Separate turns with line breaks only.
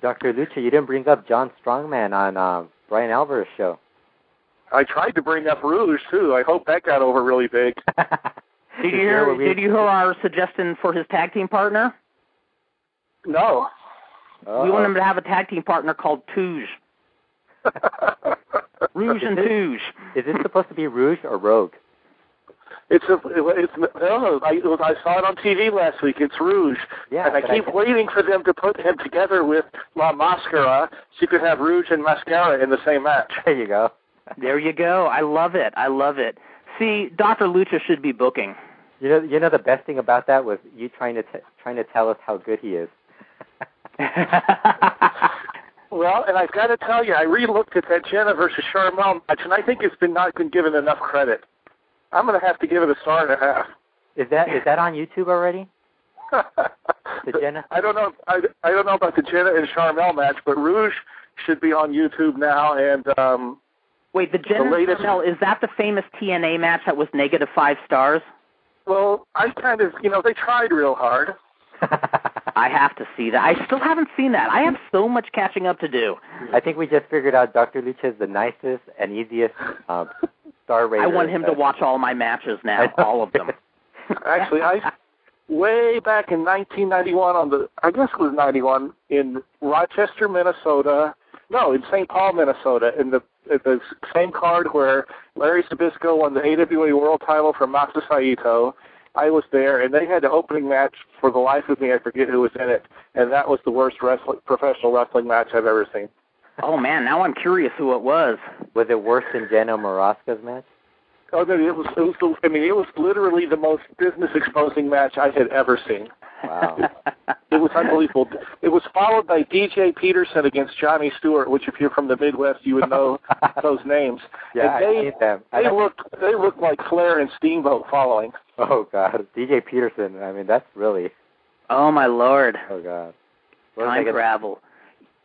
Dr. Lucha, you didn't bring up John Strongman on uh, Brian Alvarez show.
I tried to bring up Rouge too. I hope that got over really big.
Did you hear? Did you hear our suggestion for his tag team partner?
No.
Oh.
We
Uh-huh.
want him to have a tag team partner called Twos. Rouge and Twos.
Is this supposed to be Rouge or Rogue?
It's a, it's I don't know. I, it was, I saw it on TV last week. It's Rouge,
Yeah,
and I
but
keep waiting for them to put him together with La Mascara, so you could have Rouge and Mascara in the same match.
There you go.
There you go. I love it. I love it. See, Dr. Lucha should be booking.
You know, you know the best thing about that was you trying to t- trying to tell us how good he is.
Well, and I've got to tell you, I re-looked at that Jenna versus Charmel match, and I think it's been not been given enough credit. I'm going to have to give it a star and a half.
Is that is that on YouTube already? The Jenna?
I don't know. I, I don't know about the Jenna and Charmel match, but Rouge should be on YouTube now. And um,
Wait, the Jen
The latest-
Carmel, is that the famous TNA match that was negative five stars?
well, I kind of, you know, they tried real hard.
I have to see that. I still haven't seen that. I have so much catching up to do.
I think we just figured out Dr. Lucha is the nicest and easiest uh, star rater.
I want him to
Uh,
watch all my matches now, all of them.
Actually, I way back in 1991 on the, I guess it was 91 in Rochester, Minnesota. No, in St. Paul, Minnesota, in the at the same card where Larry Sabisco won the AWA World Title from Masa Saito. I was there, and they had the opening match for the life of me. I forget who was in it, and that was the worst wrestling, professional wrestling match I've ever seen.
Oh man, now I'm curious who it was.
Was it worse than Jenna Morosca's match?
Oh no, it was it was the, I mean it was literally the most business exposing match I had ever seen.
Wow.
It was unbelievable. It was followed by DJ Peterson against Johnny Stewart, which if you're from the Midwest, you would know those names.
yeah,
and
I
they
hate them. I
they
don't-
looked they looked like Flair and Steamboat following.
oh God, DJ Peterson. I mean, that's really
Oh my lord,
oh God. What was I
time
gonna-
travel.